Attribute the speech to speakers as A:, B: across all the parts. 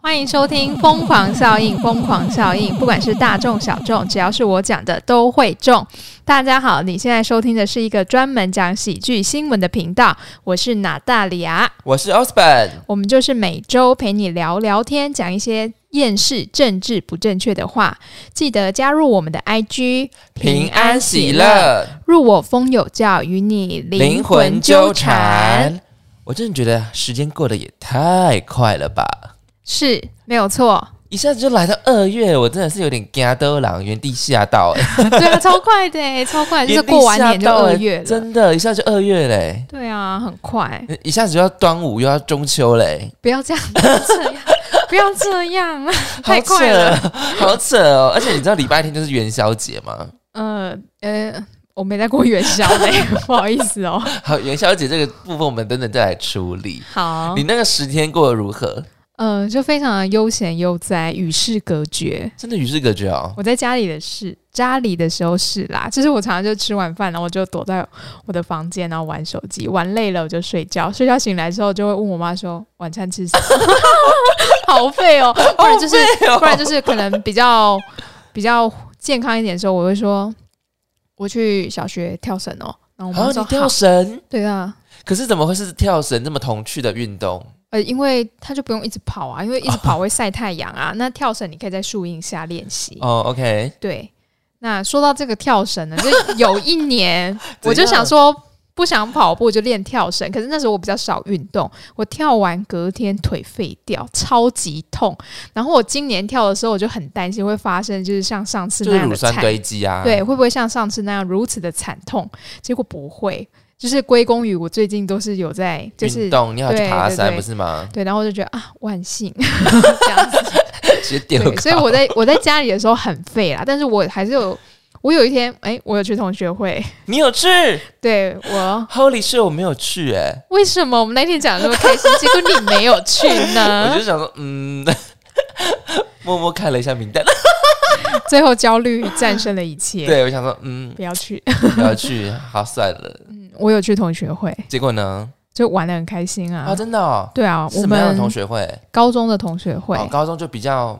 A: 欢迎收听《疯狂效应》，疯狂效应，不管是大众小众，只要是我讲的都会中。大家好，你现在收听的是一个专门讲喜剧新闻的频道，我是娜大里亚，
B: 我是 Osborn。
A: 我们就是每周陪你聊聊天，讲一些厌世、政治不正确的话。记得加入我们的 IG，
B: 平安喜，乐，
A: 入我风有教，与你
B: 灵魂纠缠。。我真的觉得时间过得也太快了吧，
A: 是没有错，
B: 一下子就来到二月，我真的是有点惊到狼，原地吓 到、欸，
A: 对啊，超快的欸，超快，就是
B: 原地
A: 过完
B: 吓
A: 年就
B: 到
A: 二
B: 欸
A: 月了。
B: 真的，一下就二月嘞、
A: 对啊，很快，
B: 一下子就要端午，又要中秋嘞、
A: 不要这样， 不要这样，不要这 样，
B: 好
A: 太
B: 扯
A: 快了。，
B: 好扯哦！ 而且你知道礼拜天就是元宵节吗？
A: 呃呃，我没在过元宵 嘞，不好意思哦。
B: 好，元宵节这个部分我们等等再来处理。
A: 好
B: 你，那个十天过得如何？
A: 呃，就非常的悠闲悠哉，与世隔绝。
B: 真的与世隔绝哦。
A: 我在家里的事，家里的时候是啦，就是我常常就吃完饭，然后我就躲在我的房间，然后玩手机，玩累了我就睡觉，睡觉醒来之后就会问我妈说晚餐吃什么， 好废哦，不然就是、 不然就是可能比较 比较健康一点的时候，我会说我去小学跳绳哦，然后我
B: 好，
A: 妈
B: 啊你
A: 说
B: 跳
A: 好
B: 绳，
A: 对啊。
B: 可是怎么会是跳绳这么童趣的运动？
A: 呃，因为他就不用一直跑啊，因为一直跑会晒太阳 啊。那跳绳你可以在树荫下练习。
B: 哦，OK，
A: 对，那说到这个跳绳呢，就有一年
B: 怎
A: 我就想
B: 样
A: 说不想跑步就练跳绳，可是那时候我比较少运动，我跳完隔天腿废掉，超级痛。然后我今年跳的时候，我就很担心会发生就是像上次
B: 就
A: 那
B: 是
A: 样
B: 乳
A: 的
B: 酸
A: 惨，
B: 堆积啊。
A: 对，，会不会像上次那样如此的惨痛？结果不会。就是归功于我最近都是有在，就是
B: 运动，你好去
A: 对
B: 爬
A: 对
B: 山
A: 对
B: 不 是吗？
A: 对，然后我就觉得啊，万 幸这样子。
B: 直接丢
A: 对，
B: 高
A: 所以我在我在家里的时候很废啦，但是我还是有，我有一天，哎、我有去同学会，
B: 你有去
A: 对我
B: ？Holy shit，我没有去哎、
A: 为什么我们那天讲得那么 开心，结果你没有去
B: 我
A: 呢？
B: 就想说，嗯， 默默看了一下名单，
A: 最后焦虑战胜了一切，
B: 对我想说，嗯，
A: 不要去。
B: 不要去，好算了。
A: 我有去同学会，
B: 结果呢？
A: 就玩的很开心啊。
B: 啊，真的哦，
A: 对啊，
B: 是
A: 我
B: 什么样的同
A: 们
B: 学会？
A: 高中的同学会，
B: 哦，高中就比较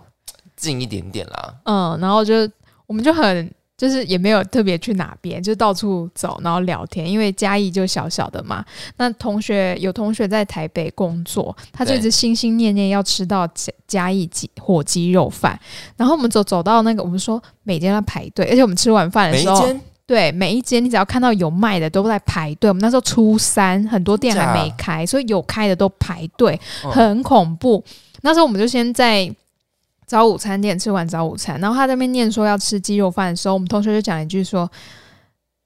B: 近一点点啦。
A: 嗯，然后就我们就很就是也没有特别去哪边，就到处走，然后聊天，因为嘉义就小小的嘛。那同学有同学在台北工作，他就一
B: 对
A: 直心心念念要吃到嘉嘉义鸡火鸡肉饭，然后我们走走到那个，我们说每间要排队，而且我们吃完饭的
B: 每一
A: 时候。
B: 间
A: 对，每一间你只要看到有卖的都在排队。我们那时候初三，很多店还没
B: 假
A: 开，所以有开的都排队，
B: 嗯
A: 很恐怖。那时候我们就先在早午餐店吃完早午餐，然后他在那边念说要吃鸡肉饭的时候，我们同学就讲一句说。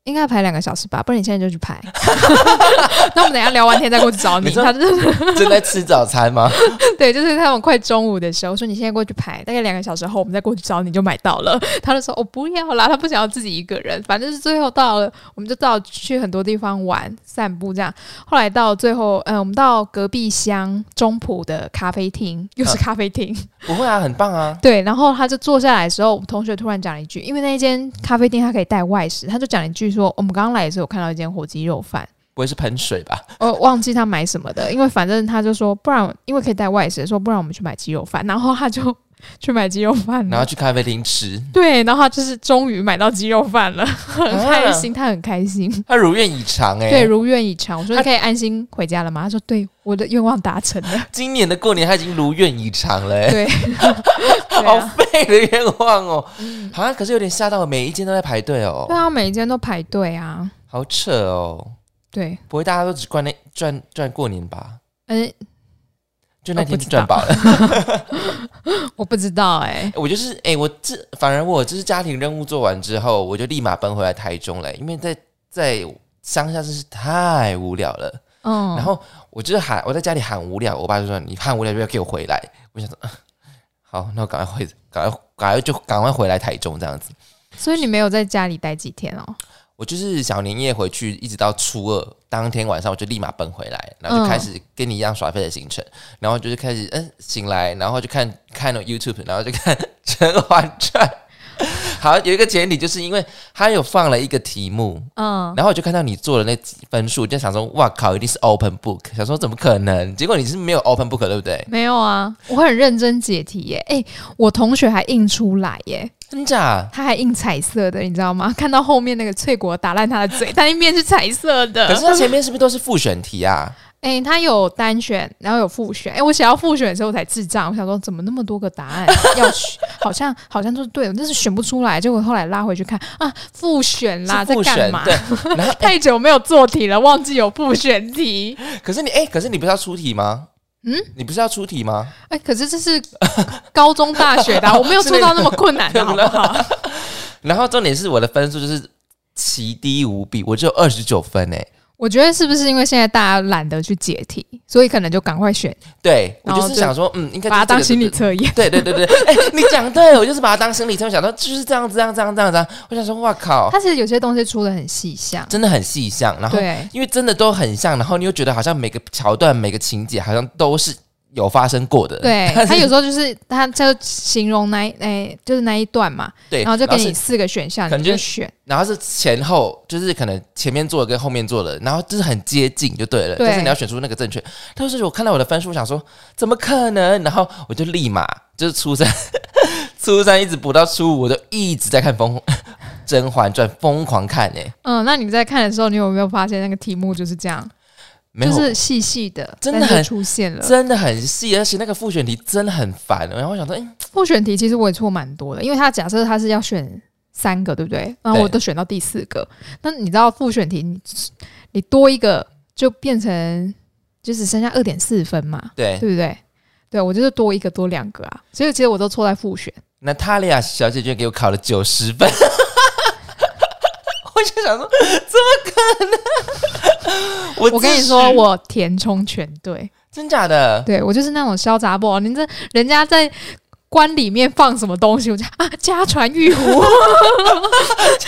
A: 应该排两个小时吧，不然你现在就去排。 那我们等一下聊完天再过去找你。
B: 你说
A: 他就是
B: 正在吃早餐吗？
A: 对，就是他们快中午的时候，说你现在过去排，大概两个小时后我们再过去找你就买到了。 他就说我、哦、不要啦，他不想要自己一个人。反正是最后到了，我们就到去很多地方玩、散步这样。后来到最后，嗯、我们到隔壁乡中埔的咖啡厅，又是咖啡厅。
B: 不会啊，很棒啊。
A: 对，然后他就坐下来的时候，我同学突然讲了一句，因为那一间咖啡店他可以带外食，他就讲了一句说，我们刚刚来的时候有看到一间火鸡肉饭。
B: 不会是喷水吧？
A: 我呃忘记他买什么的，因为反正他就说，不然因为可以带外食，说不然我们去买鸡肉饭，然后他就 去买鸡肉饭
B: 然后
A: 了。
B: 去咖啡厅吃，
A: 对，然后他就是终于买到鸡肉饭了，很开心，他很开心，
B: 他如愿以偿啊哎、
A: 对，如愿以偿。我说
B: 他
A: 你可以安心回家了吗？他说对，我的愿望达成 了。
B: 今年的过年他已经如愿以偿了、欸，
A: 对，啊对
B: 好
A: 啊，
B: 废的愿望哦。好像可是有点吓到，每一间都在排队哦
A: 嗯对，啊，每一间都排队啊，
B: 好扯哦。
A: 对，
B: 不会大家都只赚那赚赚过年吧？
A: 嗯，
B: 就那
A: 我
B: 天
A: 不知
B: 就赚饱了。
A: 我不知道哎、
B: 我就是哎、我这反而我就是家庭任务做完之后，我就立马奔回来台中了，因为在在乡下真是太无聊了。
A: 嗯，
B: 然后我就是喊我在家里喊无聊，我爸就说你喊无聊就要给我回来。我想说，啊好，那我赶快回，赶快赶快就赶快回来台中这样子。
A: 所以你没有在家里待几天哦，
B: 我就是小年夜回去，一直到初二当天晚上，我就立马奔回来，然后就开始跟你一样耍废的行程，然后就是开 始嗯醒来，然后就看看了 YouTube，然后就看《甄嬛传》，好，有一个前提就是因为他有放了一个题目，
A: 嗯，
B: 然后我就看到你做的那几分数，就想说哇靠，一定是 open book，想说怎么可能？结果你是没有 open book，对不对？
A: 没有啊，我很认真解题耶。哎、我同学还印出来耶，
B: 真假？
A: 他还印彩色的，你知道吗？ 看到后面那个翠果打烂他的嘴，他一面是彩色的
B: 可。是他前面是不是都是复选 题啊？
A: 哎、他有单选，然后有复选。哎、我写到复选的时候我才智障，我想说怎么那么多个答案 要选，好像好像就是对的，但是选不出来。结果后来拉回去看啊，复选啦，
B: 是
A: 在
B: 复
A: 干
B: 选
A: 嘛？
B: 对，然后
A: 太久没有做题了，忘记有复选题。
B: 可是你哎、可是你不是要出题吗？嗯，你不是要出题吗？
A: 哎、可是这是 高中大学 的啊、我没有做啊到那么困难的，好不好？
B: 然后重点是我的分数就是奇低无比，我只有二十九分哎、
A: 我觉得是不是因为现在大家懒得去解题，所以可能就赶快选，
B: 对我
A: 然后
B: 就是
A: 就
B: 想说，嗯，应该
A: 哦把它当心理
B: 理。
A: 测验。
B: 对对对对，哎、 你讲对，我就是把它当心理测，我想到就是这样子，这样这样这样这样。我想说，哇靠，
A: 它其实有些东西出的很细项，
B: 真的很细项。然后
A: 对，
B: 因为真的都很像，然后你又觉得好像每个桥段、每个情节好像都是有发生过的。
A: 对
B: 但，是
A: 它有时候就是它它就形容那一哎、就是那一段嘛，
B: 对，
A: 然后就给你
B: 是，
A: 四个选项，
B: 可
A: 你
B: 能就
A: 就是选。
B: 然后是前后，就是可能前面做的跟后面做的，然后就是很接近就对了。
A: 对
B: 但是你要选出那个正确。但是我看到我的分数，我想说怎么可能？然后我就立马就是初三， 初三一直补到初五，我就一直在看疯 《甄嬛传》，疯狂看哎、
A: 嗯，那你在看的时候，你有没有发现那个题目就是这样，
B: 没有。
A: 就是细细的，
B: 真的
A: 但是
B: 很
A: 出现了。
B: 真的很细，而且那个复选题真的很烦。然后我想说，哎、
A: 复选题其实我也错蛮多的，因为他假设他是要选三个，对不对？然后我
B: 对
A: 都选到第四个，那你知道复选题你你多一个就变成就只剩下二点四分嘛，
B: 对，
A: 对不对？对我就是多一个多两个啊，所以其实我都错在复选。
B: 娜塔莉亚小姐居然给我考了九十分， 我就想说，怎么可能？我
A: 我跟你
B: 自诩
A: 说，我填充全对，
B: 真假的，
A: 对我就是那种小杂包，你这人家在。关里面放什么东西？我就啊，家传玉 壶，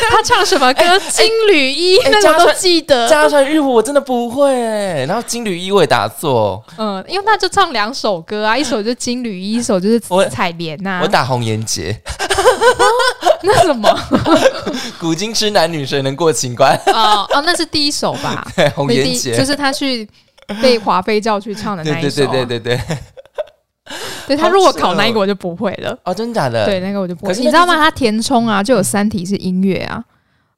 A: 他唱什么歌？金缕衣，
B: 哎
A: 那个我
B: 家
A: 都
B: 传
A: 记得。
B: 加上玉壶我真的不会哎、然后金缕衣我也打错，
A: 嗯，因为他就唱两首歌啊，一首就金缕衣，一首就是
B: 我
A: 采莲呐
B: 我。打红颜劫，
A: 那 什么？
B: 古今痴男女谁能过情关？
A: 哦哦，那是第一首吧？
B: 对，红
A: 那
B: 颜
A: 第
B: 劫，
A: 就是他去被华妃叫去唱的
B: 对
A: 那一
B: 对
A: 首
B: 对
A: 啊。
B: 对对对，
A: 对他如果考那一个我就不会了，
B: 哦，真假的，
A: 呃对那个我就不会。
B: 可是
A: 你知道吗？他填充啊，就有三题是音乐啊。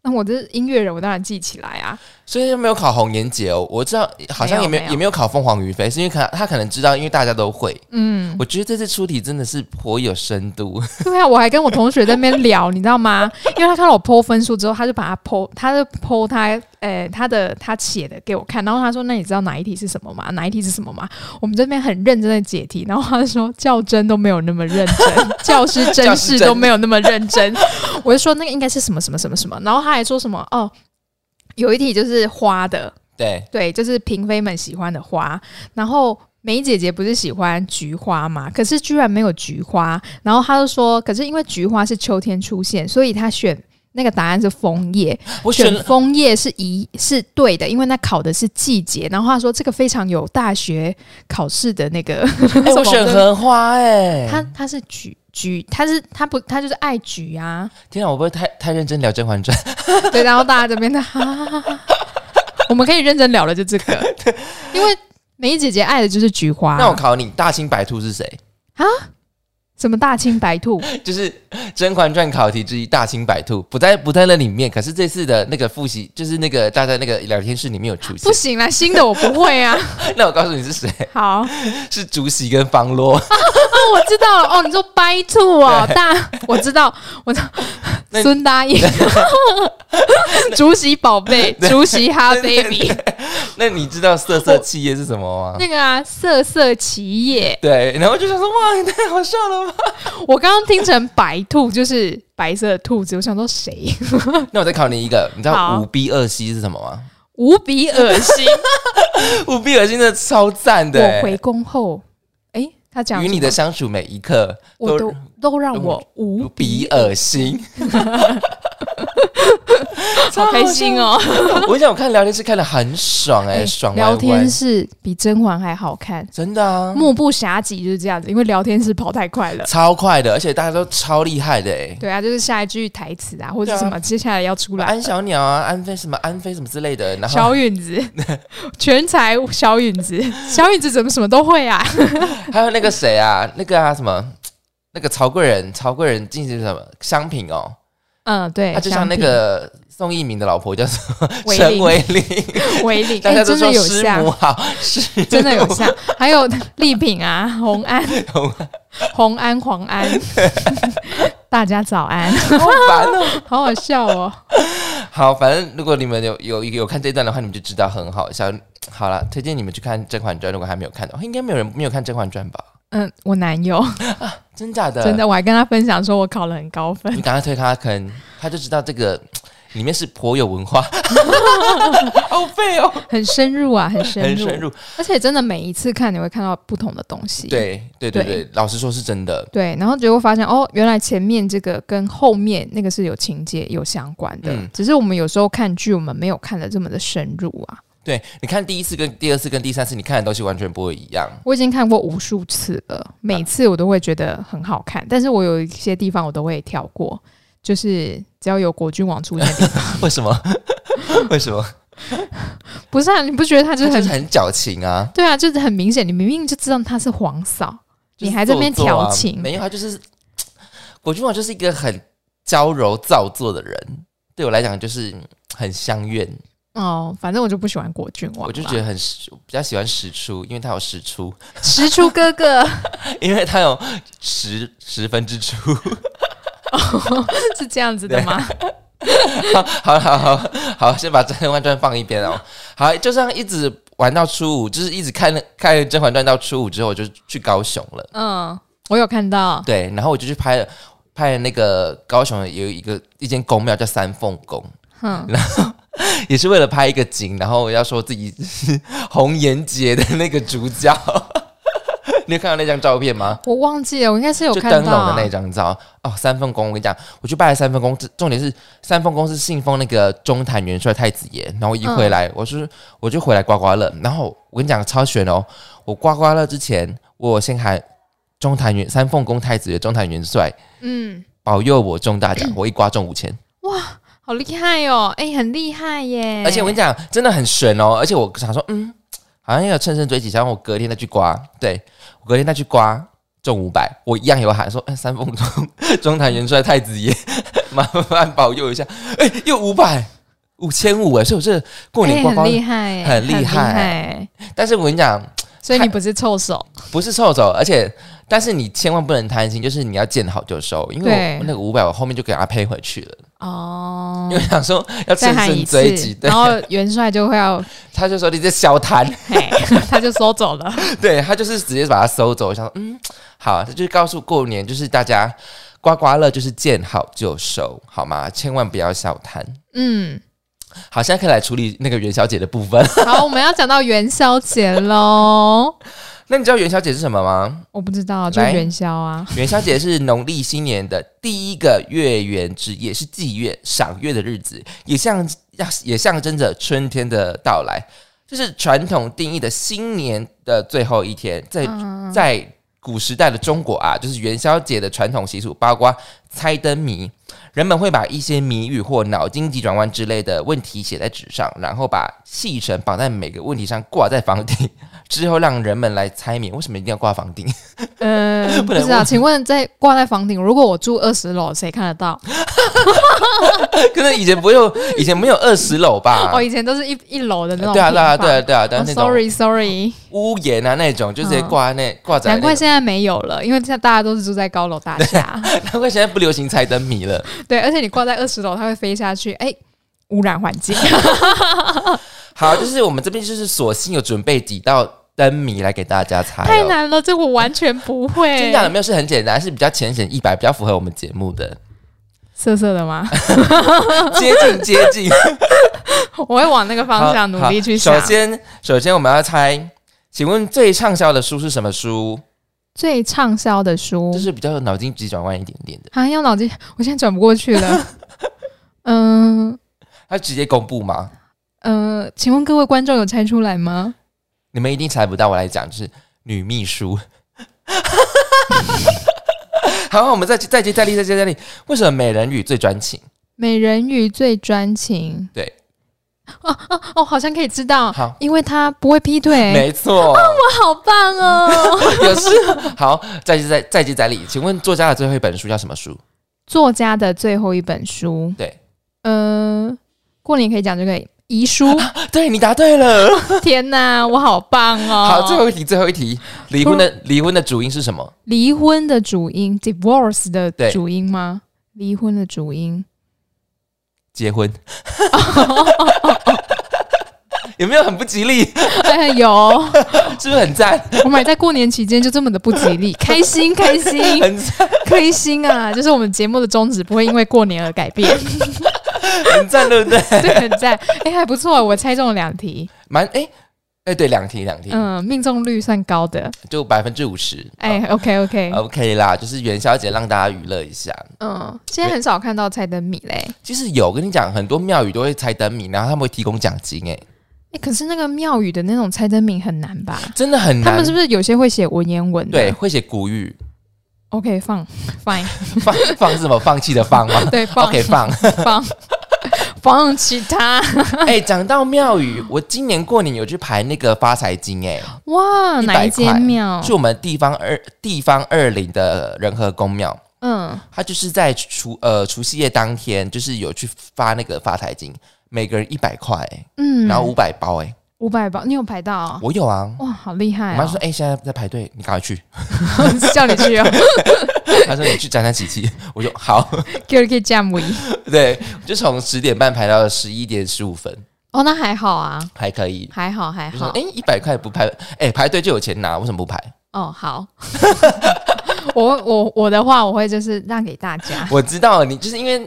A: 那我这音乐人，我当然记起来啊。
B: 所以就没有考红颜劫哦。我知道好像也
A: 没
B: 没
A: 有没有
B: 也没有考凤凰于飞，是因为可他可能知道，因为大家都会。
A: 嗯，
B: 我觉得这次出题真的是颇有深度，
A: 对啊，我还跟我同学在那边聊，你知道吗？因为他看到我 PO 分数之后，他就把他 PO，他就 PO 他，呃，他的他写的给我看，然后他说：“那你知道哪一题是什么吗？哪一题是什么吗？”我们这边很认真的解题，然后他就说：“较真都没有那么认真，教师真是都没有那么认真。”我就说：“那个应该是什么什么什么什么。”然后他还说什么哦。有一题就是花的，
B: 对
A: 对，就是嫔妃们喜欢的花。然后梅姐姐不是喜欢菊花嘛？可是居然没有菊花。然后她就说，可是因为菊花是秋天出现，所以她选。那个答案是枫叶，
B: 我选
A: 选
B: 了
A: 枫叶是一是对的，因为那考的是季节。然后她说这个非常有大学考试的那个什
B: 哎、
A: 么，
B: 我选荷花哎、
A: 她她是菊菊，她是她不她就是爱菊啊。
B: 天啊，我不会太太认真聊《甄嬛传》
A: 对，然后大家这边的，哈哈哈哈我们可以认真聊的就这个，因为梅姐姐爱的就是菊花。
B: 那我考你，大清白兔是谁？
A: 什么大清白兔？
B: 就是《甄嬛传》考题之一，大清白兔不在不在那里面。可是这次的那个复习，就是那个大家那个聊天室里面有出现
A: 不。行啦，新的我不会啊。
B: 那我告诉你是谁，
A: 好，哦，
B: 是竹席跟 方洛。
A: 我知道了。哦，你说白兔哦，大，我知道，我知
B: 那
A: 道，孙答应，竹席宝贝，竹席哈 baby，
B: 那你知道色色企业是什么吗？
A: 那个啊，瑟瑟其叶。
B: 对，然后我就想说，哇，你太好笑了吧！
A: 我刚刚听成白兔就是白色的兔子，我想说谁？
B: 那我再考你一个，你知道
A: 好
B: 五 B 二 C 是什么吗？
A: 无比恶心。
B: 五 B 二 C 真的超赞的、
A: 我回宫后，诶，他讲
B: 与你
A: 什么
B: 的相处每一刻
A: 我都都让
B: 都
A: 我无
B: 无比
A: 比
B: 恶心。
A: 好开心哦！
B: 我想我看聊天室看的很爽哎、
A: 哎
B: 爽歪
A: 聊
B: 歪
A: 天，室比甄嬛还好看，
B: 真的啊，
A: 目不暇给就是这样子，因为聊天室跑太快 了。
B: 超快的，而且大家都超厉害的哎、
A: 对啊，就是下一句台词啊，或
B: 对
A: 者
B: 啊
A: 什么接下来要出来
B: 安小鸟啊，安飞什么安飞什么之类的，然后
A: 小允子，全才小允子，小允子怎么什么都会 啊？
B: 还有那个谁啊，那个啊什么，那个曹贵人，曹贵人进行什么商品哦，
A: 嗯，对，
B: 他就像那个宋一鸣的老婆叫什么
A: 维
B: 陈
A: 林
B: 维 林，
A: 维领，
B: 大
A: 哎
B: 家都
A: 真的
B: 说
A: 有
B: 师
A: 像
B: 母，好， 师
A: 真的有
B: 母
A: 像，还有丽萍啊，红安，红安，黄 安，大家早安，
B: 好烦哦。
A: 好好笑哦。
B: 好，反正如果你们有有有看这段的话，你们就知道很好笑。好了，推荐你们去看《甄嬛传》，如果还没有看的话，应该没有人没有看《甄嬛传》吧？
A: 嗯，我男友
B: 真假的？
A: 真的，我还跟他分享说我考了很高分，
B: 你赶快推他坑，他就知道这个里面是颇有文化，好废哦，
A: 很深入啊，很深
B: 很
A: 入，
B: 深入。
A: 而且真的每一次看你会看到不同的东西。
B: 对对对
A: 对
B: 对，老实说是真的。
A: 对，然后结果发现哦，原来前面这个跟后面那个是有情节有相关的，
B: 嗯
A: 只是我们有时候看剧，我们没有看的这么的深入啊。
B: 对，你看第一次跟第二次跟第三次，你看的东西完全不会一样。
A: 我已经看过无数次了，每次我都会觉得很好看，但是我有一些地方我都会跳过，就是只要有国君王出现的地方，
B: 为什么？ 为什么？
A: 不是啊，你不觉得他就
B: 就是是
A: 很
B: 很矫情啊！
A: 对啊，就是很明显，你明明就知道他是皇嫂，你还在那边
B: 就是做作啊
A: 调情
B: 没有，他就是呃果郡王，就是一个很娇柔造作的人。对我来讲，就是很相怨，
A: 哦，反正我就不喜欢国君王啦，
B: 我就觉得很实我比较喜欢实出， 因为他有实出，
A: 石出哥哥
B: 因为他有十十分之出。
A: 是这样子的吗？
B: 好好好好，先把《甄嬛传》放一边哦。好，就这样一直玩到初五，就是一直看看《甄嬛传》到初五之后，我就去高雄了。
A: 嗯，我有看到，
B: 对，然后我就去拍了拍了那个高雄有一个一间宫庙叫三凤宫，
A: 哼、
B: 也是为了拍一个景，然后要说自己 是红颜劫的那个主角。 你有看到那张照片吗？
A: 我忘记了，我应该是有
B: 就
A: 看
B: 灯
A: 到啊
B: 笼的那张照哦，三凤宫。我跟你讲，我去拜了三凤宫，这重点是三凤宫是信奉那个中坛元帅太子爷。然后一
A: 嗯
B: 回来，我是我就回来刮刮乐。然后我跟你讲超悬哦，我刮刮乐之前，我先喊中坛元三凤宫太子爷中坛元帅
A: 嗯，
B: 保佑我中大奖，我一刮中五千。
A: 好厉害哦，哎、很厉害耶！
B: 而且我跟你讲，真的很悬哦。而且我想说，嗯，好像要乘胜追击，然后我隔天再去刮，对我隔天再去刮。中五百，我一样有喊说，哎、三凤中 中坛元帅太子爷，麻烦保佑一下，哎、又五百，五千五哎，所以我这过年
A: 哎
B: 刮刮，
A: 很厉害耶，
B: 很厉
A: 厉
B: 害
A: 害
B: 但是我跟你讲，
A: 所以你不是臭手，
B: 不是凑走，而且但是你千万不能贪心，就是你要见好就收，因为
A: 对
B: 我那个五百我后面就给他赔回去了，
A: 哦
B: 因为，想说要
A: 再
B: 乘
A: 喊一
B: 胜
A: 次
B: 追击，，对
A: 然，后元帅就会 要，
B: 他就说你这小贪，
A: 嘿，他就收走了。
B: 对他就是直接把它收走，我想说嗯好，这就是告诉过年就是大家刮刮乐就是见好就收，好吗？千万不要小贪。
A: 嗯，
B: 好，现在可以来处理那个元宵节的部分。
A: 好，我们要讲到元宵节喽。
B: 那你知道元宵节是什么吗？
A: 我不知道，就是
B: 来
A: 元宵啊。
B: 元宵节是农历新年的第一个月圆之夜，是祭月赏月的日子，也象也象征着春天的到来，这是传统定义的新年的最后一天，在
A: 嗯，
B: 在古时代的中国啊，就是元宵节的传统习俗，包括猜灯谜，人们会把一些谜语或脑筋急转弯之类的问题写在纸上，然后把细绳绑在每个问题上，挂在房顶， 之后让人们来猜谜。为什么一定要挂房顶？
A: 呃，不
B: 能
A: 知道，
B: 问
A: 请问在挂在房顶，如果我住二十楼，谁看得到？
B: 可能以前不用，以前没有二十楼吧
A: 哦，？以前都是一一楼的那种
B: 啊对啊，
A: 平
B: 对啊，
A: 房。
B: 对啊，对啊，对啊，那
A: 哦、
B: 种
A: sorry sorry，
B: 屋檐啊，那种就直接挂在那挂在那
A: 难
B: 个。
A: 怪现在没有了，因为现在大家都是住在高楼大 厦。
B: 难怪现在不流行猜灯谜了。
A: 对，而且你挂在二十楼，它会飞下去，哎、污染环境。
B: 哎好，就是我们这边就是索性有准备几道灯谜来给大家猜、哦。
A: 太难了，这我完全不会。
B: 真假的没有是很简单，是比较浅显易白，比较符合我们节目的
A: 色色的吗？
B: 接近 接近
A: 我会往那个哦方向努力去想
B: 好。首先，首先我们要猜，请问最畅销的书是什么书？
A: 最畅销的书
B: 就，是比较有脑筋急转弯一点点的。
A: 啊，要脑筋，我现在转不过去了。嗯
B: 他直接公布吗？
A: 嗯、呃请问各位观众有猜出来吗？
B: 你们一定猜不到，我来讲，就是女秘书。 好，我们再接再接再厉，再接再厉。为什么美人鱼最专情？
A: 美人鱼最专情。
B: 对。
A: 哦哦哦，哎好像可以知道，
B: 好，
A: 因为他不会劈腿，
B: 没错，
A: 哇，好棒哦！
B: 有事。好，再接再再接再厉。请问作家的最后一本书叫什 么书？
A: 作家的最后一本书，
B: 对，
A: 呃，过年可以讲这个遗 书。
B: 对你答对了。
A: 天哪，我好棒哦！
B: 好，最后一题，最后一题，离婚的离婚的主因是什么？
A: 离婚的主因，divorce 的
B: 对
A: 主因吗？离婚的主因，
B: 结婚。有没有很不吉利？
A: 哎有，我
B: 是不是很赞？
A: 们也在过年期间就这么的不吉 利，开心开心
B: 很赞
A: 开心啊！就是我们节目的宗旨不会因为过年而改 变，
B: 很赞，对 不对？
A: 对，很赞。哎，还不错，我猜中了两题，
B: 蛮哎哎，对，两题两题，
A: 嗯，命中率算高的。
B: 就百分之五十。
A: 哎，OK OK，
B: o k 啦，就是元宵节让大家娱乐一下。
A: 嗯，现在很少看到猜灯谜嘞。
B: 其实有跟你讲，很多庙宇都会猜灯谜，然后他们会提供奖金，哎，
A: 哎，可是那个庙宇的那种猜灯谜很难吧？
B: 真的很
A: 他
B: 难。
A: 们是不是有些会写文言文的？
B: 对，会写古语，
A: ，OK，放 fine，
B: 放 放是什么放弃的放吗
A: 对，放
B: ？OK，放。
A: 放放弃它。
B: 哎、讲到庙宇，我今年过年有去排那个发财金，哎，
A: 哇，
B: 100
A: 哪一间庙？
B: 是我们地方二地方二零的仁和宫庙。
A: 嗯，
B: 他就是在除呃除夕夜当天，就是有去发那个发财金，每个人一百块、欸
A: 嗯，
B: 然后五百包、欸，哎、
A: 五百包，你有排到哦？
B: 我有啊。
A: 哇，好厉害
B: 我
A: 啊
B: 妈！说：“哎、现在在排队，你赶快去。
A: 叫你 去哦，”
B: 她说：“你去沾沾喜气。” 我说：“好。
A: 给给 jam 位。”
B: 对，就从十点半排到十一点十五分，
A: 哦，那还好啊，
B: 还可以。
A: 还好还
B: 就说：“
A: 好
B: 哎、。一百块不排，哎、排队就有钱拿，为什么不排
A: 哦，好。 我我我的话，我会就是让给大家？”。
B: 我知道你就是因为，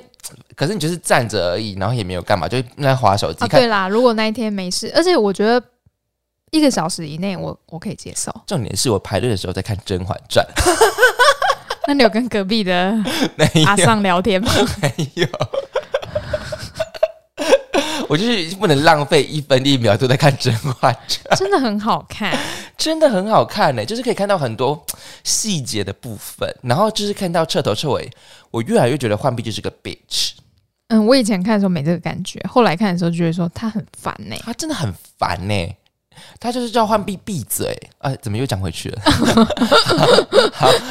B: 可是你就是站着而已，然后也没有干嘛，就那划手机、
A: 啊，
B: 看。
A: 对啦，如果那一天没事，而且我觉得一个小时以内我，我可以接受。
B: 重点是我排队的时候在看《甄嬛传
A: 那你有跟隔壁的
B: 没有
A: 阿尚聊 天吗？
B: 没有， 我就是不能浪费一分一秒都在看《甄嬛传
A: 真的很好看，》，
B: 真的很好看呢、欸就是可以看到很多细节的部分，然后就是看到彻头彻尾。我越来越觉得浣碧就是个 bitch，
A: 嗯，我以前看的时候没这个感觉，后来看的时候觉得说他很烦欸呢、
B: 她真的很烦呢、她就是叫浣碧闭嘴，啊，怎么又讲回去 了？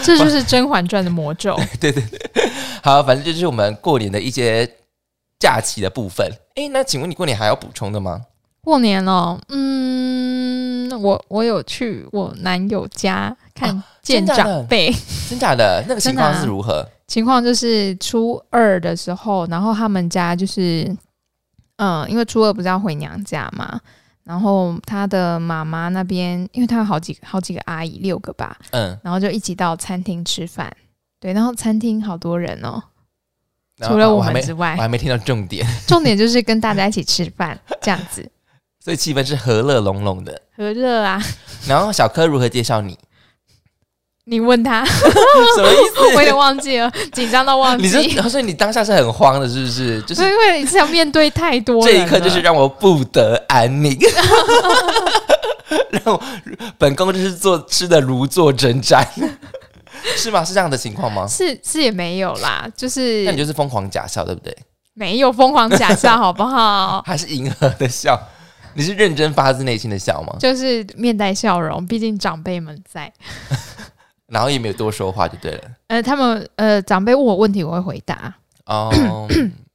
A: 这就是《甄嬛传》的魔 咒。
B: 好，反正就是我们过年的一些假期的部分。诶，那请问你过年还要补充的吗？
A: 过年哦，嗯，我我有去我男友家看见
B: 啊真的假的
A: 长辈，
B: 真假的？那个情
A: 真的啊
B: 况是如何？
A: 情况就是初二的时候，然后他们家就是，嗯、因为初二不是要回娘家嘛，然后他的妈妈那边，因为他有好几好几个阿姨，六个吧，
B: 嗯，
A: 然后就一起到餐厅吃饭。对，然后餐厅好多人哦，
B: 然后
A: 除了
B: 啊
A: 我
B: 还
A: 们
B: 没，
A: 之
B: 我
A: 外，
B: 还没听到重点。
A: 重点就是跟大家一起吃饭这样 子，
B: 所以气氛是和乐融融的。
A: 何乐啊？
B: 然后小柯如何介绍 你？
A: 你问他，
B: 什么意
A: 我有点
B: 思？
A: 忘记了，紧张到忘
B: 你
A: 记，
B: 是所以你当下是很慌的，是不是？就是
A: 因为一次要面对太多
B: 这
A: 人
B: 一刻，就是
A: 了
B: 让我不得安宁， 让我本宫就是做吃的如坐针毡， 是吗？是这样的情况吗？
A: 是是也没有啦，就是
B: 那你就是疯狂假笑，对不对？
A: 没有疯狂假笑，好不 好？
B: 还是迎合的笑？你是认真发自内心的笑吗？
A: 就是面带笑容，毕竟长辈们在。
B: 然后也没有多说话就对了。
A: 呃，他们呃，长辈问我问题，我会回答。
B: 哦，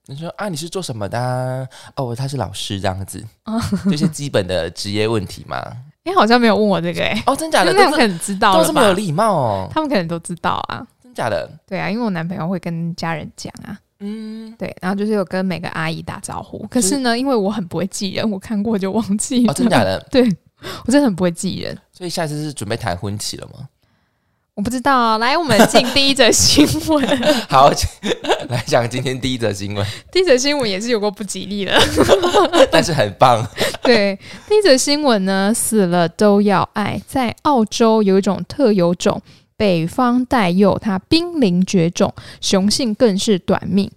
B: 你说啊，你是做什么的啊、哦，他是老师这样子，
A: 哦
B: 这些基本的职业问题嘛。
A: 哎、好像没有问我这个、哎，
B: 哦，真假的，
A: 因为他
B: 都
A: 们
B: 是
A: 可能知道
B: 都
A: 了
B: 这么有
A: 吧？
B: 礼貌哦，
A: 他们可能都知道啊。
B: 真假的，
A: 对啊，因为我男朋友会跟家人讲啊，
B: 嗯，
A: 对，然后就是有跟每个阿姨打招呼。可是呢，因为我很不会记人，我看过就忘记了。
B: 哦，真假的，
A: 对，我真的很不会记人。
B: 所以下次是准备谈婚期了吗？
A: 我不知道啊、来，我们进第一则新闻。
B: 好， 请来讲今天第一则新闻，
A: 第一则新闻也是有过不吉利的。
B: 但是很棒，
A: 对，第一则新闻呢，死了都要爱。在澳洲有一种特有种北方带幼，它濒临绝种，雄性更是短命。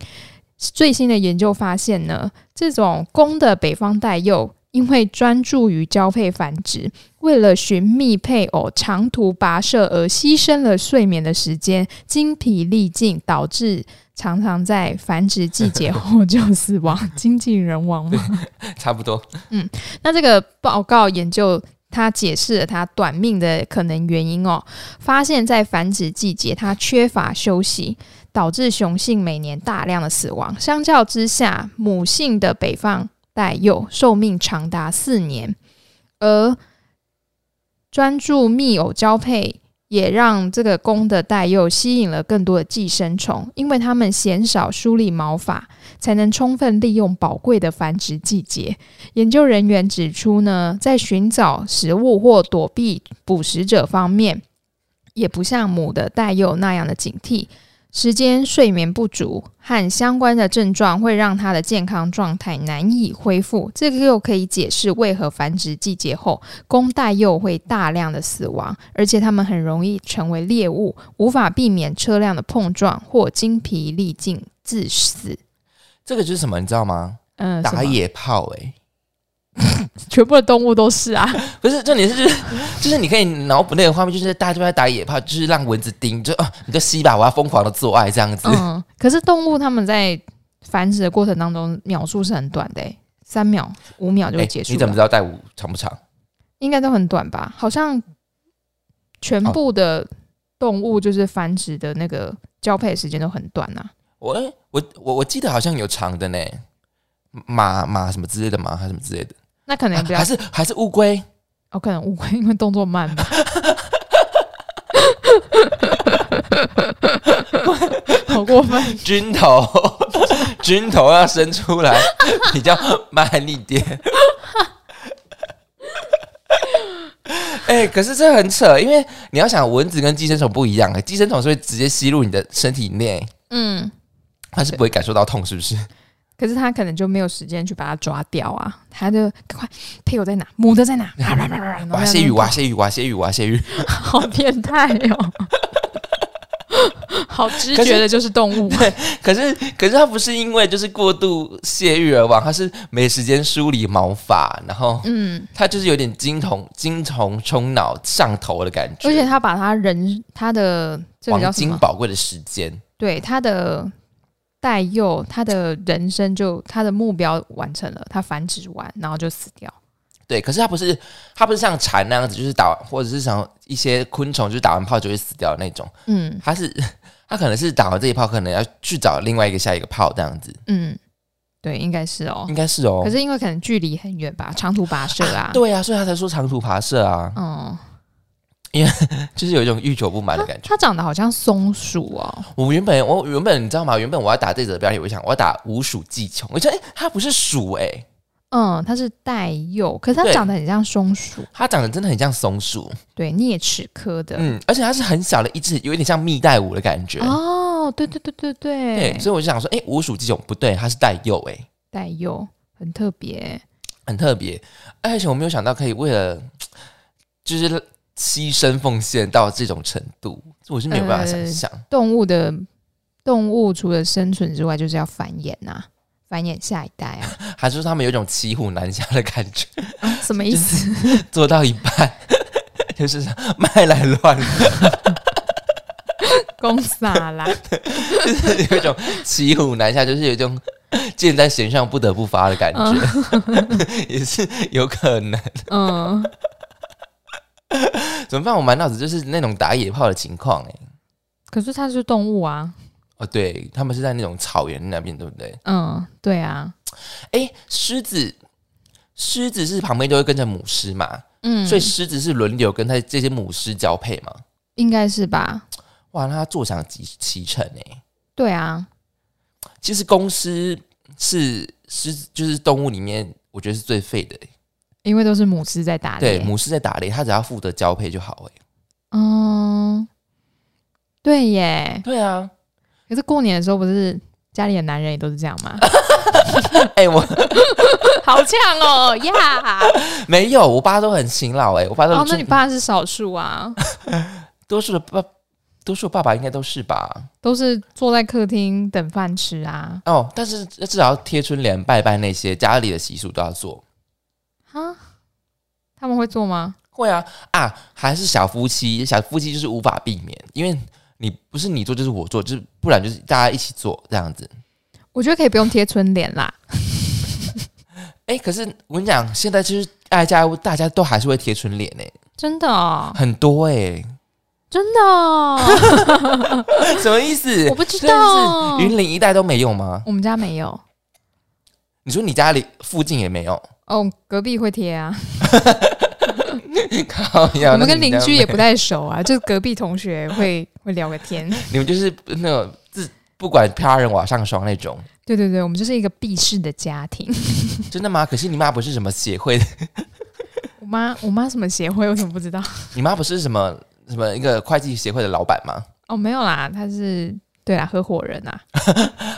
A: 最新的研究发现呢，这种公的北方带幼因为专注于交配繁殖，为了寻觅配偶长途跋涉而牺牲了睡眠的时间，精疲力尽，导致常常在繁殖季节后 就死亡，精尽人亡嘛。
B: 差不多。
A: 那这个报告研究，它解释了它短命的可能原因哦，发现在繁殖季节它缺乏休息，导致雄性每年大量的死亡。相较之下，母性的北方带幼寿命长达四年，而专注密偶交配。也让这个公的带幼吸引了更多的寄生虫，因为它们鲜少梳理毛发，才能充分利用宝贵的繁殖季节。研究人员指出呢，在寻找食物或躲避捕食者方面，也不像母的带幼那样的警惕。时间、睡眠不足和相关的症状会让它的健康状态难以恢复，这个又可以解释为何繁殖季节后公带幼会大量的死亡，而且它们很容易成为猎物，无法避免车辆的碰撞或精疲力尽致死。
B: 这个就是什么，你知道吗？
A: 嗯、什
B: 打
A: 么
B: 野炮、欸，
A: 全部的动物都是啊，
B: 不是重点是就是就是你可以脑补那个画面，就是大家都在打野炮，就是让蚊子叮，就哦你就吸吧，我要疯狂的做爱这样子。
A: 嗯，可是动物它们在繁殖的过程当中，秒数是很短的、欸，三秒、五秒就
B: 哎
A: 会结束
B: 你
A: 了，
B: 怎么知道带舞长不长？
A: 应该都很短吧？好像全部的动物就是繁殖的那个交配时间都很短啊呐、
B: 我哎我我我记得好像有长的呢，马马什么之类的马还是什么之类的，啊
A: 那可能比较
B: 还，是还是乌龟。
A: 哦，可能乌龟因为动作慢 吧。好过分！
B: 军头，军头要伸出来，比较慢一点。哎、可是这很扯，因为你要想蚊子跟寄生虫不一样，寄生虫是会直接吸入你的身体内，
A: 嗯，
B: 它是不会感受到痛，是不是？
A: 可是他可能就没有时间去把它抓掉啊，他就赶快配偶在哪，母的在哪，啪啪啪啪，然后在
B: 哇，
A: 那
B: 谢
A: 边
B: 雨，哇，
A: 跑
B: 谢雨，哇，谢雨，哇，谢雨。
A: 好变态 哦！好直觉的就是动物，
B: 可是，可是它不是因为就是过度泄欲而亡，它是没时间梳理毛发，然后
A: 嗯，
B: 它就是有点精虫精虫冲脑上头的感觉，
A: 而且他把他人他的这个叫
B: 黄
A: 什
B: 金
A: 么？
B: 宝贵的时间。
A: 对他的代幼，他的人生就他的目标完成了，他繁殖完然后就死掉。
B: 对，可是它不是，它不是像蝉那样子，就是打完或者是像一些昆虫，就是打完炮就会死掉的那种。
A: 嗯
B: 它是， 它可能是打完这一炮，可能要去找另外一个下一个炮这样子，
A: 嗯，对，应该是哦
B: 应。该是哦。
A: 可是因为可能距离很远吧，长途跋涉啊。
B: 对啊，所以他才说长途跋涉啊，
A: 嗯，
B: 就是有一种欲求不满的
A: 它
B: 感觉。
A: 它长得好像松鼠哦，
B: 我原本我原本你知道吗？原本我要打这则标题，我想我要打无鼠技穷，我觉得哎，它不是鼠哎、
A: 嗯，它是带幼，可是它
B: 对
A: 长得很像松鼠，
B: 它长得真的很像松鼠，
A: 对，啮齿科的，
B: 嗯，而且它是很小的一只，有点像蜜袋鼯的感觉。
A: 哦，对对对对
B: 对，
A: 对，
B: 所以我就想说，哎、无鼠技穷不对，它是带幼哎、
A: 带幼很特别，
B: 很特别，而且我没有想到可以为了就是牺牲奉献到这种程度，我是没有办法想象。
A: 动物的动物除了生存之外，就是要繁衍呐、繁衍下一代啊，
B: 还是说他们有一种骑虎难下的感觉，
A: 啊什么意思？
B: 做到一半 就是卖来乱了，
A: 公撒 啦，
B: 就是 有一种骑虎难下，就是有一种 箭在弦上不得不发的感觉， 也是有可能。
A: 嗯，
B: 怎么办？我满脑子就是那种打野炮的情况哎、
A: 可是它是动物啊，
B: 哦，对，他们是在那种草原那边，对不对？
A: 嗯，对啊，
B: 哎，狮子，狮子是旁边都会跟着母狮嘛，
A: 嗯，
B: 所以狮子是轮流跟它这些母狮交配嘛。
A: 应该是吧？
B: 哇，那它坐享其其成哎。
A: 对啊，
B: 其实公狮是狮子，就是动物里面我觉得是最废的欸。
A: 因为都是母狮在打猎，
B: 对，母狮在打猎，它只要负责交配就好哎。
A: 嗯，对耶。
B: 对啊，
A: 可是过年的时候不是家里的男人也都是这样 吗？
B: 哎、我
A: 好呛哦呀！
B: 没有，
A: 哦
B: 我爸都很勤劳哎，我爸都、
A: 哦，那你爸是少数啊？
B: 多数的爸多数爸爸应该都是吧？
A: 都是坐在客厅等饭吃啊
B: 哦，但是至少要贴春联、拜拜那些家里的习俗都要做。
A: 啊！他们会做吗？
B: 会啊啊，还是小夫妻，小夫妻就是无法避免，因为你不是你做就是我做，就是不然就是大家一起做这样子。
A: 我觉得可以不用贴春联啦。
B: 哎、可是我跟你讲，现在就是大家大家都还是会贴春联呢、
A: 真的哦，
B: 很多哎、
A: 真的 哦，
B: 什么意思？
A: 我不知道
B: 真的是云林一带都没有吗？
A: 我们家没有。
B: 你说你家里附近也没有？
A: 哦，隔壁会贴啊，
B: 靠呀
A: 我们跟
B: 啊那你
A: 邻
B: 家
A: 居
B: 没
A: 也不太熟啊，就是隔壁同学会 会聊个天。
B: 你们就是那种自不管他人瓦上霜那种，
A: 对对对，我们就是一个避世的家庭。
B: 真的吗？可是你妈不是什么协会的，
A: 我妈，我妈什么协会，我怎么不知道？
B: 你妈不是什么什么一个会计协会的老板吗？
A: 哦，没有啦，她是对啦，合伙人啊，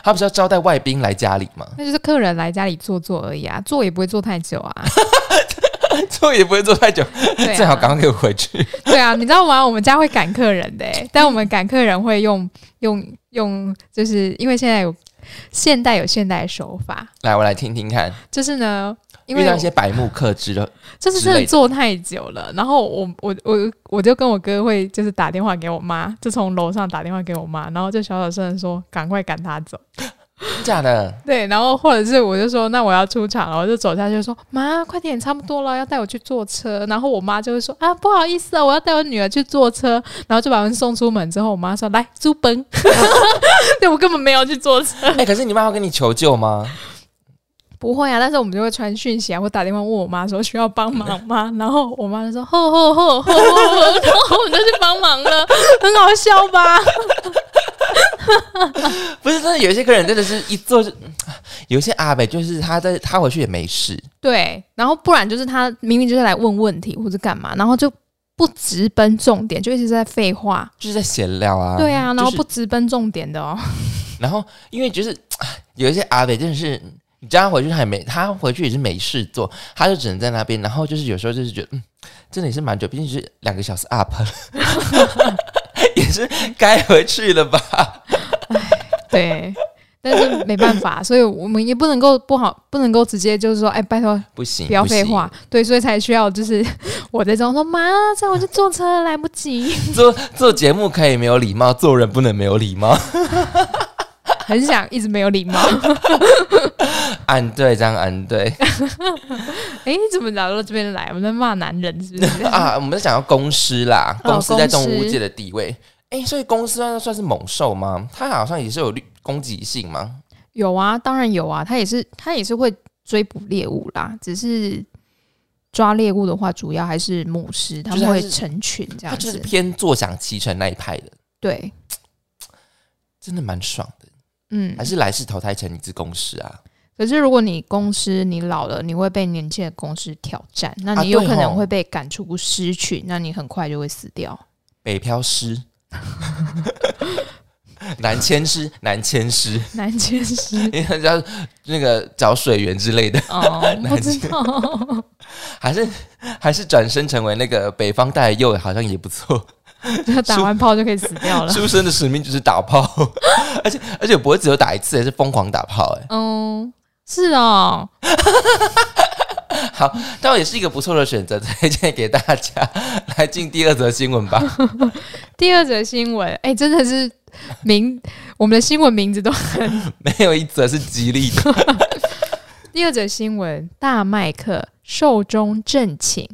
B: 她不是要招待外宾来家里 吗？
A: 那就是客人来家里坐坐而已啊，坐也不会坐太久 啊。
B: 坐也不会坐太久，
A: 对啊
B: 正好赶快给我回去。
A: 对啊，你知道吗？我们家会赶客人的、欸，但我们赶客人会用用用，就是因为现在有现代有现代的手法，
B: 来，我来听听看，
A: 就是呢，因
B: 遇
A: 为
B: 到一些白目客之的，
A: 就是
B: 之
A: 真
B: 类的
A: 的坐太久了，然后我我我我就跟我哥会就是打电话给我妈，就从楼上打电话给我妈，然后就小小声的说赶快赶他走，
B: 真 假的？
A: 对，然后或者是我就说那我要出场了，我就走下去说妈快点差不多了，要带我去坐车，然后我妈就会说啊不好意思啊，我要带我女儿去坐车，然后就把我们送出门之后，我妈说来猪奔， 对我根本没有去坐车，
B: 哎、可是你妈会跟你求救吗？
A: 不会啊，但是我们就会传讯息啊，或打电话问我妈说需要帮忙吗？ 然后我妈就说吼吼吼吼吼吼，然后我们就去帮忙了，很好笑吧？
B: 不是，真的有一些客人真的是一坐就， 有一些阿北就是他在他回去也没事，
A: 对，然后不然就是他明明就是来问问题或者干嘛，然后就不直奔重点，就一直在废话。
B: 就是在闲聊啊。
A: 对啊，然
B: 就
A: 后
B: 是
A: 不直奔重点的 哦。
B: 然后因为就是 有一些阿北真的是，你叫他回去他也没，他回去也是没事做，他就只能在那边。然后就是有时候就是觉得，嗯，真的也是蛮久，毕竟是两个小时 up，了 也是该回去了吧？
A: 对， 但是没办法，所以我们也不能够不好，不能够直接就是说，哎，拜托
B: 不行，
A: 不要废
B: 行
A: 话，。对，所以才需要就是 我在这样说，妈，这样我就坐车了 来不及，
B: 做做节目可以没有礼貌，做人不能没有礼貌。
A: 很想一直没有礼 貌。
B: 安对，这样安对
A: 哎，你怎么聊到这边来？我们在骂男人是不 是？
B: 啊！我们在讲到公司啦，
A: 哦
B: 公司在动
A: 公
B: 物
A: 司
B: 界的地位。哎、所以公司算算是猛兽吗？它好像也是有律攻击性吗？
A: 有啊，当然有啊，他也是他也是会追捕猎物啦，只是抓猎物的话，主要还是母狮，他
B: 就是
A: 们
B: 它
A: 会
B: 是
A: 成群这
B: 它
A: 样
B: 就
A: 子。
B: 是偏坐享其成那一派的。
A: 对，
B: 真的蛮爽的，
A: 嗯
B: 还。是来世投胎成一只公狮啊？
A: 可是如果你公司你老了，你会被年轻的公司挑战，那
B: 啊
A: 你有
B: 对
A: 可
B: 吼
A: 能会被赶出狮群，那你很快就会死掉。
B: 北漂狮， 南迁狮，南迁狮，
A: 南迁狮
B: 因为要那个找水源之类的，
A: 哦，不知道，
B: 还是还是转身成为那个北方带幼，好像也不错。
A: 就打完炮就可以死掉了。
B: 出生的使命就是打炮，而且而且不会只有打一次，是疯狂打炮、欸，
A: 嗯，是哦，
B: 哎，倒也是一个不错的选择，推荐给大家。来进第二则新闻吧。
A: 第二则新闻，哎、真的是名，我们的新闻名字都。
B: 没有一则是吉利的，
A: 第二则新闻：大麦克寿终正寝。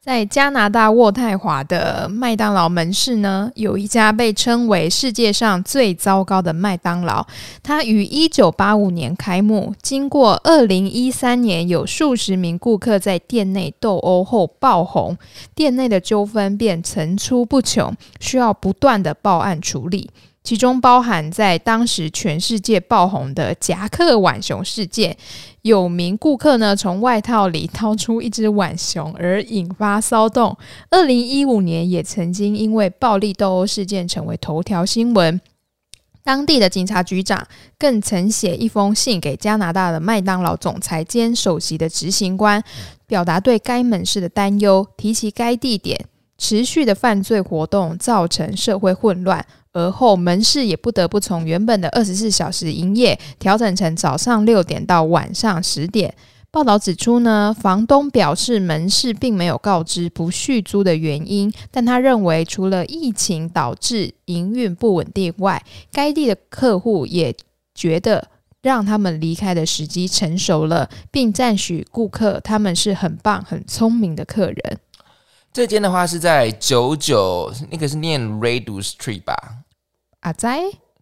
A: 在加拿大渥太华的麦当劳门市呢，有一家被称为世界上最糟糕的麦当劳。它于一九八五年开幕，经过二零一三年有数十名顾客在店内斗殴后爆红，店内的纠纷便层出不穷，需要不断的报案处理。其中包含在当时全世界爆红的夹克浣熊事件，有名顾客呢从外套里掏出一只浣熊而引发骚动。二零一五年也曾经因为暴力斗殴事件成为头条新闻。当地的警察局长更曾写一封信给加拿大的麦当劳总裁兼首席的执行官，表达对该门市的担忧，提起该地点。持续的犯罪活动造成社会混乱，而后门市也不得不从原本的二十四小时营业调整成早上六点到晚上十点。报道指出呢，房东表示门市并没有告知不续租的原因，但他认为除了疫情导致营运不稳定外，该地的客户也觉得让他们离开的时机成熟了，并赞许顾客他们是很棒、很聪明的客人。
B: 这间的话是在九九，那个是念 Radu Street 吧
A: 阿仔，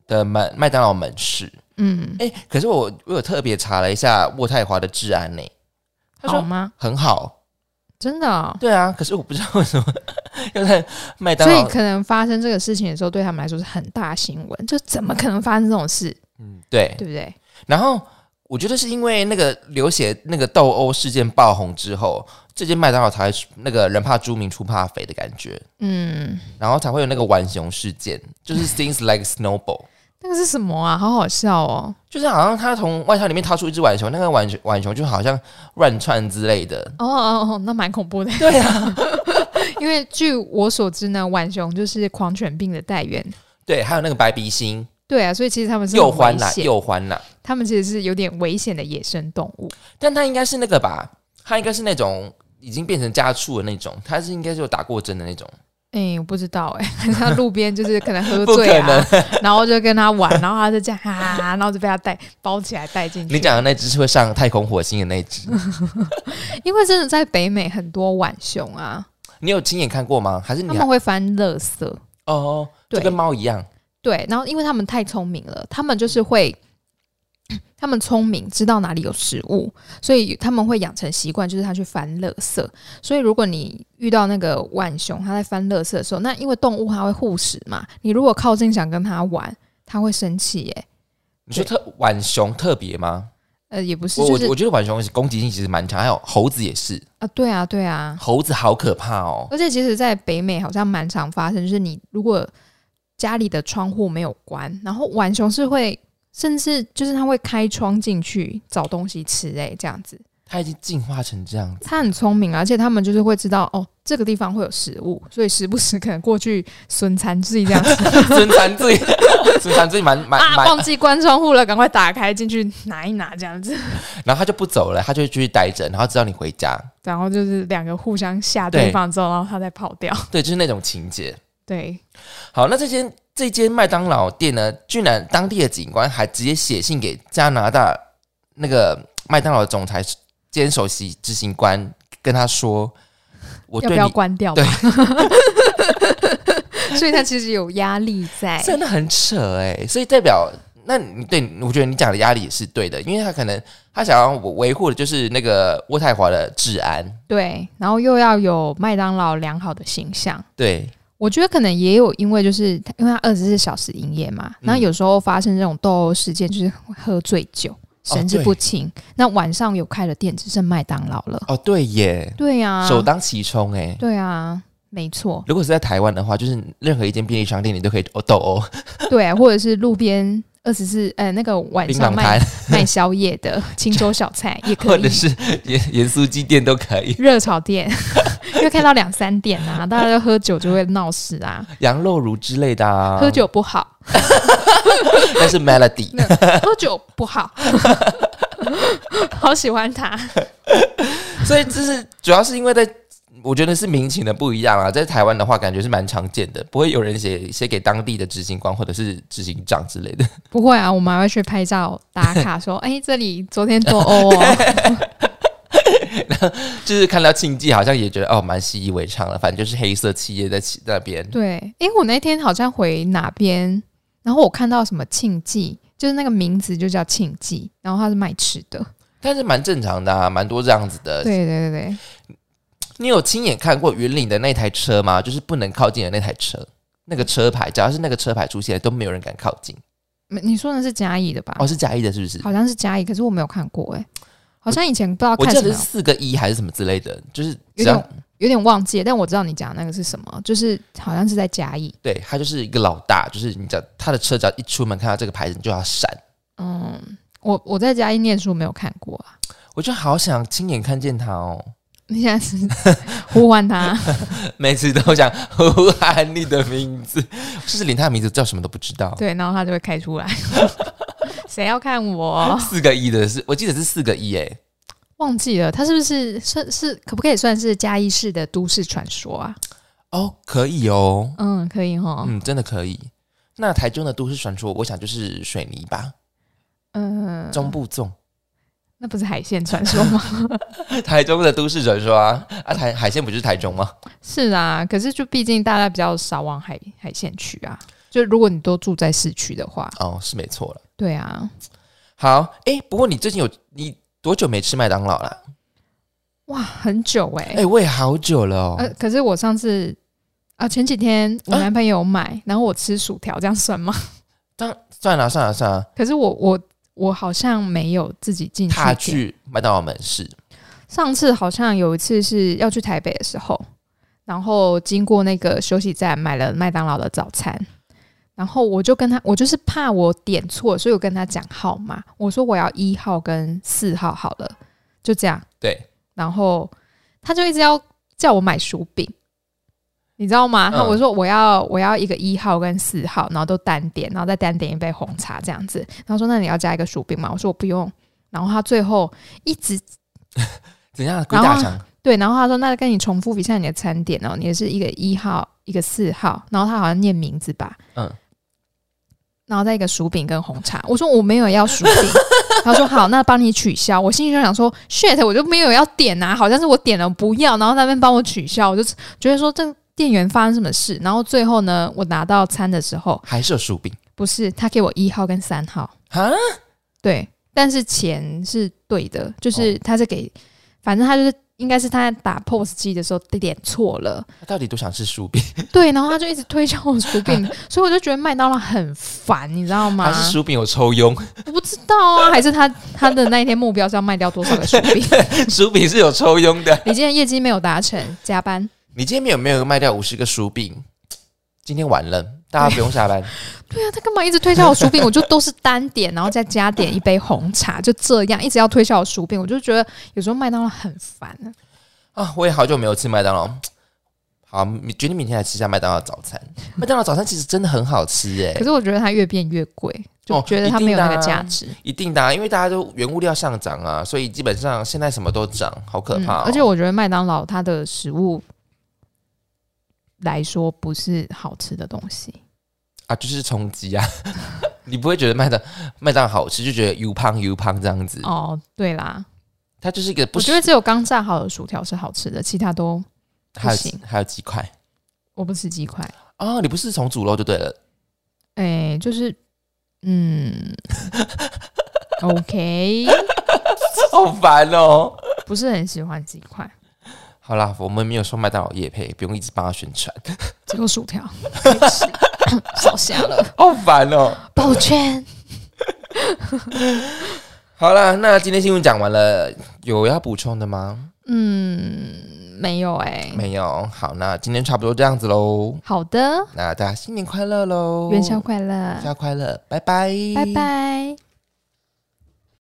B: 的门麦当劳门市。
A: 嗯，
B: 哎、可是我我有特别查了一下渥太华的治安呢、他
A: 好
B: 说
A: 吗？
B: 很好。
A: 真的、哦，
B: 对啊，可是我不知道为什么要在麦当
A: 所以
B: 劳。
A: 可能发生这个事情的时候，对他们来说是很大新闻，就怎么可能发生这种事，
B: 嗯，对。
A: 对不对？
B: 然后我觉得是因为那个流血那个斗殴事件爆红之后，这间麦当劳才会那个人怕猪民出怕肥的感觉，
A: 嗯，
B: 然后才会有那个浣熊事件，就是 things like snowball。
A: 那个是什么啊？好好笑哦。
B: 就是好像他从外套里面掏出一只浣熊，那个浣熊浣熊就好像乱窜之类的。
A: 哦哦哦，那蛮恐怖的。
B: 对啊，
A: 因为据我所知呢，浣熊就是狂犬病的代源。
B: 对，还有那个白鼻星，
A: 对啊，所以其实他们是
B: 又
A: 很
B: 欢
A: 危
B: 啦，
A: 险
B: 又欢啦。
A: 他们其实是有点危险的野生动物。
B: 但它应该是那个吧？它应该是那种已经变成家畜的那种，它是应该是有打过针的那种。
A: 哎、我不知道哎、 欸，他路边就是可能喝
B: 不
A: 醉
B: 可
A: 啊， 然后就跟他玩，然后他就这样哈、啊，然后就被他带包起来带进去。
B: 你讲的那只是会上太空火星的那只，
A: 因为真的在北美很多浣熊啊，
B: 你有亲眼看过吗？还是
A: 他
B: 你还啊
A: 们会翻垃圾，
B: 哦，就
A: 对
B: 跟猫一样，
A: 对，然后因为他们太聪明了，他们就是会，他们聪明知道哪里有食物，所以他们会养成习惯，就是他去翻垃圾。所以如果你遇到那个浣熊，它在翻垃圾的时候，那因为动物它会护食嘛，你如果靠近想跟它玩，它会生气耶、
B: 你说特浣熊特别吗？
A: 呃，也不是，
B: 我
A: 就
B: 我
A: 是
B: 我觉得浣熊攻击性其实蛮强，还有猴子也是，
A: 啊，对啊，对啊，
B: 猴子好可怕哦。
A: 而且其实，在北美好像蛮常发生，就是你如果家里的窗户没有关，然后浣熊是会，甚至就是它会开窗进去找东西吃、欸，这样子，
B: 它已经进化成 这样子，
A: 它很聪明啊，而且他们就是会知道哦，这个地方会有食物，所以时不时可能过去损残自己这样子
B: 孙 残自己，孙残自己蛮蛮
A: 啊，
B: 蛮，
A: 忘记关窗户了，赶快打开进去拿一拿这样子，
B: 然后它就不走了，它就会继续待着，然后直到你回家。
A: 然后就是两个互相吓对
B: 对
A: 方之后，然后它再跑掉，
B: 对，就是那种情节。
A: 对，
B: 好，那这间这间麦当劳店呢，居然当地的警官还直接写信给加拿大那个麦当劳的总裁兼首席执行官，跟他说：“我
A: 要
B: 对
A: 不
B: 你
A: 要关掉？吧？ 所以它其实有压力在，
B: 真的很扯哎、所以代表，那你对，我觉得你讲的压力也是对的，因为他可能他想要维护的就是那个渥太华的治安，
A: 对，然后又要有麦当劳良好的形象。
B: 对，
A: 我觉得可能也有，因为就是它因为它二十四小时营业
B: 嗯
A: 嘛，那有时候发生这种斗殴事件，就是喝醉酒，神志
B: 哦对
A: 不清。那晚上有开了店，只剩麦当劳了。
B: 哦对耶，
A: 对呀、啊，
B: 首当其冲哎、，
A: 对啊，没错
B: 如果是在台湾的话，就是任何一间便利商店你都可以哦斗殴，
A: 对，啊或者是路边二十四，呃，那个晚
B: 槟
A: 上
B: 榔
A: 卖
B: 摊
A: 卖宵夜 的青州小菜也可
B: 或者
A: 以。
B: 是盐盐酥鸡店都可 以，
A: 热炒店，因为开到两三点啊，大家就喝酒就会闹事啊，
B: 羊肉炉之类的啊。
A: 喝酒不好，
B: 但 是 Melody，
A: 喝酒不好，好喜欢他。
B: 所以这是主要是因为在。我觉得是民情的不一样啊，在台湾的话，感觉是蛮常见的，不会有人写写给当地的执行官或者是执行长之类的。
A: 不会啊，我们还会去拍照打卡，说：“哎、这里昨天 斗殴哦。
B: 就是看到庆记，好像也觉得哦，蛮习以为常了。反正就是黑色企业在起那边”，
A: 对，因为我那天好像回哪边，然后我看到什么庆记，就是那个名字就叫庆记，然后他是卖吃的。
B: 但是蛮正常的啊，蛮多这样子的。
A: 对对对对，
B: 你有亲眼看过云岭的那台车吗？就是不能靠近的那台车，那个车牌，只要是那个车牌出现，都没有人敢靠近。
A: 没你说的是嘉义的吧？
B: 哦，是嘉义的，是不是？
A: 好像是嘉义，可是我没有看过哎、好像以前不知道
B: 我
A: 哦看
B: 记
A: 什
B: 得
A: 么
B: 是，四个一还是什么之类的，就是
A: 有
B: 只要
A: 点有点忘记了，但我知道你讲的那个是什么，就是好像是在嘉义。
B: 对他就是一个老大，就是你只要他的车只要一出门看到这个牌子，你就要闪。
A: 嗯，我我在嘉义念书没有看过啊。
B: 我就好想亲眼看见他哦。
A: 你现在是呼唤他，
B: 每次都想呼喊你的名字，甚至连他的名字叫什么都不知道。
A: 对，然后他就会开出 来。谁要看我？
B: 四个一的是，我记得是四个一诶。
A: 忘记了，他是不是算是可不可以算是嘉义市的都市传说啊？
B: 哦，可以哦，
A: 嗯，可以哈。
B: 嗯，真的可以。那台中的都市传说，我想就是水泥吧，
A: 嗯，
B: 中部粽。
A: 那不是海鲜传说吗？
B: 台中的都市传说啊，啊台海鲜不就是台中吗？
A: 是啊，可是就毕竟大家比较少往海海线去啊。就如果你都住在市区的话，
B: 哦，是没错了。
A: 对啊，
B: 好，哎、不过你最近有你多久没吃麦当劳啦？
A: 哇，很久哎、
B: 哎、我也好久了哦。
A: 呃，可是我上次啊，前几天我
B: 啊
A: 男朋友买，然后我吃薯条，这样算吗？
B: 算了算了算了，
A: 可是我我我好像没有自己进去
B: 踏
A: 点。
B: 去麦当劳门市，
A: 上次好像有一次是要去台北的时候，然后经过那个休息站买了麦当劳的早餐，然后我就跟他，我就是怕我点错，所以我跟他讲号码，我说我要一号跟四号好了，就这样。
B: 对，
A: 然后他就一直要叫我买薯饼，你知道吗？
B: 嗯
A: 然后我说我要我要一个一号跟四号，然后都单点，然后再单点一杯红茶这样子。然后说那你要加一个薯饼吗？我说我不用。然后他最后一直
B: 怎样？鬼大肠
A: 对，然后他说那跟你重复一下你的餐点哦，你也是一个一号，一个四号，然后他好像念名字吧，
B: 嗯，
A: 然后再一个薯饼跟红茶。我说我没有要薯饼，他说好，那帮你取消。我心里就想说 shit，我就没有要点啊，好像是我点了不要，然后那边帮我取消，我就觉得说这店员发生什么事。然后最后呢，我拿到餐的时候，
B: 还是有薯饼
A: 不是他给我一号跟三号，
B: 啊？
A: 对，但是钱是对的，
B: 哦
A: 就是他是给，反正他就是应该是他在打 POS 机的时候点错了，
B: 他到底多想吃薯饼？
A: 对，然后他就一直推销我薯 饼，所以我就觉得麦当劳很烦，你知道吗
B: 还？是薯饼有抽佣？
A: 我不知道啊，还是他他的那一天目标是要卖掉多少个薯 饼？
B: 薯饼是有抽佣的。
A: 你今天业绩没有达成，加班。
B: 你今天有没有卖掉五十个薯饼？今天完了，大家不用 下班。
A: 对啊，他干嘛一直推销我薯饼？我就都是单点，然后再加点一杯红茶，就这样一直要推销我薯饼，我就觉得有时候麦当劳很烦。
B: 啊，我也好久没有吃麦当劳。好，你决定明天来吃一下麦当劳早餐。麦当劳早餐其实真的很好吃诶、
A: 可是我觉得它越变越贵，就
B: 哦
A: 觉得
B: 一
A: 它
B: 定
A: 没有那
B: 的
A: 个
B: 啊
A: 价值。
B: 一定的啊、因为大家都原物料上涨啊，所以基本上现在什么都涨，好可怕、哦
A: 嗯而且我觉得麦当劳它的食物来说不是好吃的东西，
B: 啊，就是冲击啊， 你不会觉得麦当麦当劳好吃，就觉得油胖油胖这样子。
A: 哦，对啦，
B: 它就是一个不
A: 我觉
B: 是，
A: 得只有刚炸好的薯条是好吃的，其他都
B: 还有
A: 不行
B: 还有鸡块
A: 我不吃鸡块，
B: 哦，你不是从煮肉就对了。
A: 哎、就是嗯，OK，
B: 好烦哦。
A: 不是很喜欢鸡块，
B: 好啦，我们没有说麦当劳夜配，不用一直帮他宣传，
A: 只有薯条，可以吃少下了，
B: 好烦哦。
A: 抱歉。
B: 好啦，那今天新闻讲完了，有要补充的吗？
A: 嗯，没有哎、
B: 没有。好，那今天差不多这样子喽。
A: 好的，
B: 那大家新年快乐喽！
A: 元宵快乐，
B: 元宵快乐，拜拜，
A: 拜拜。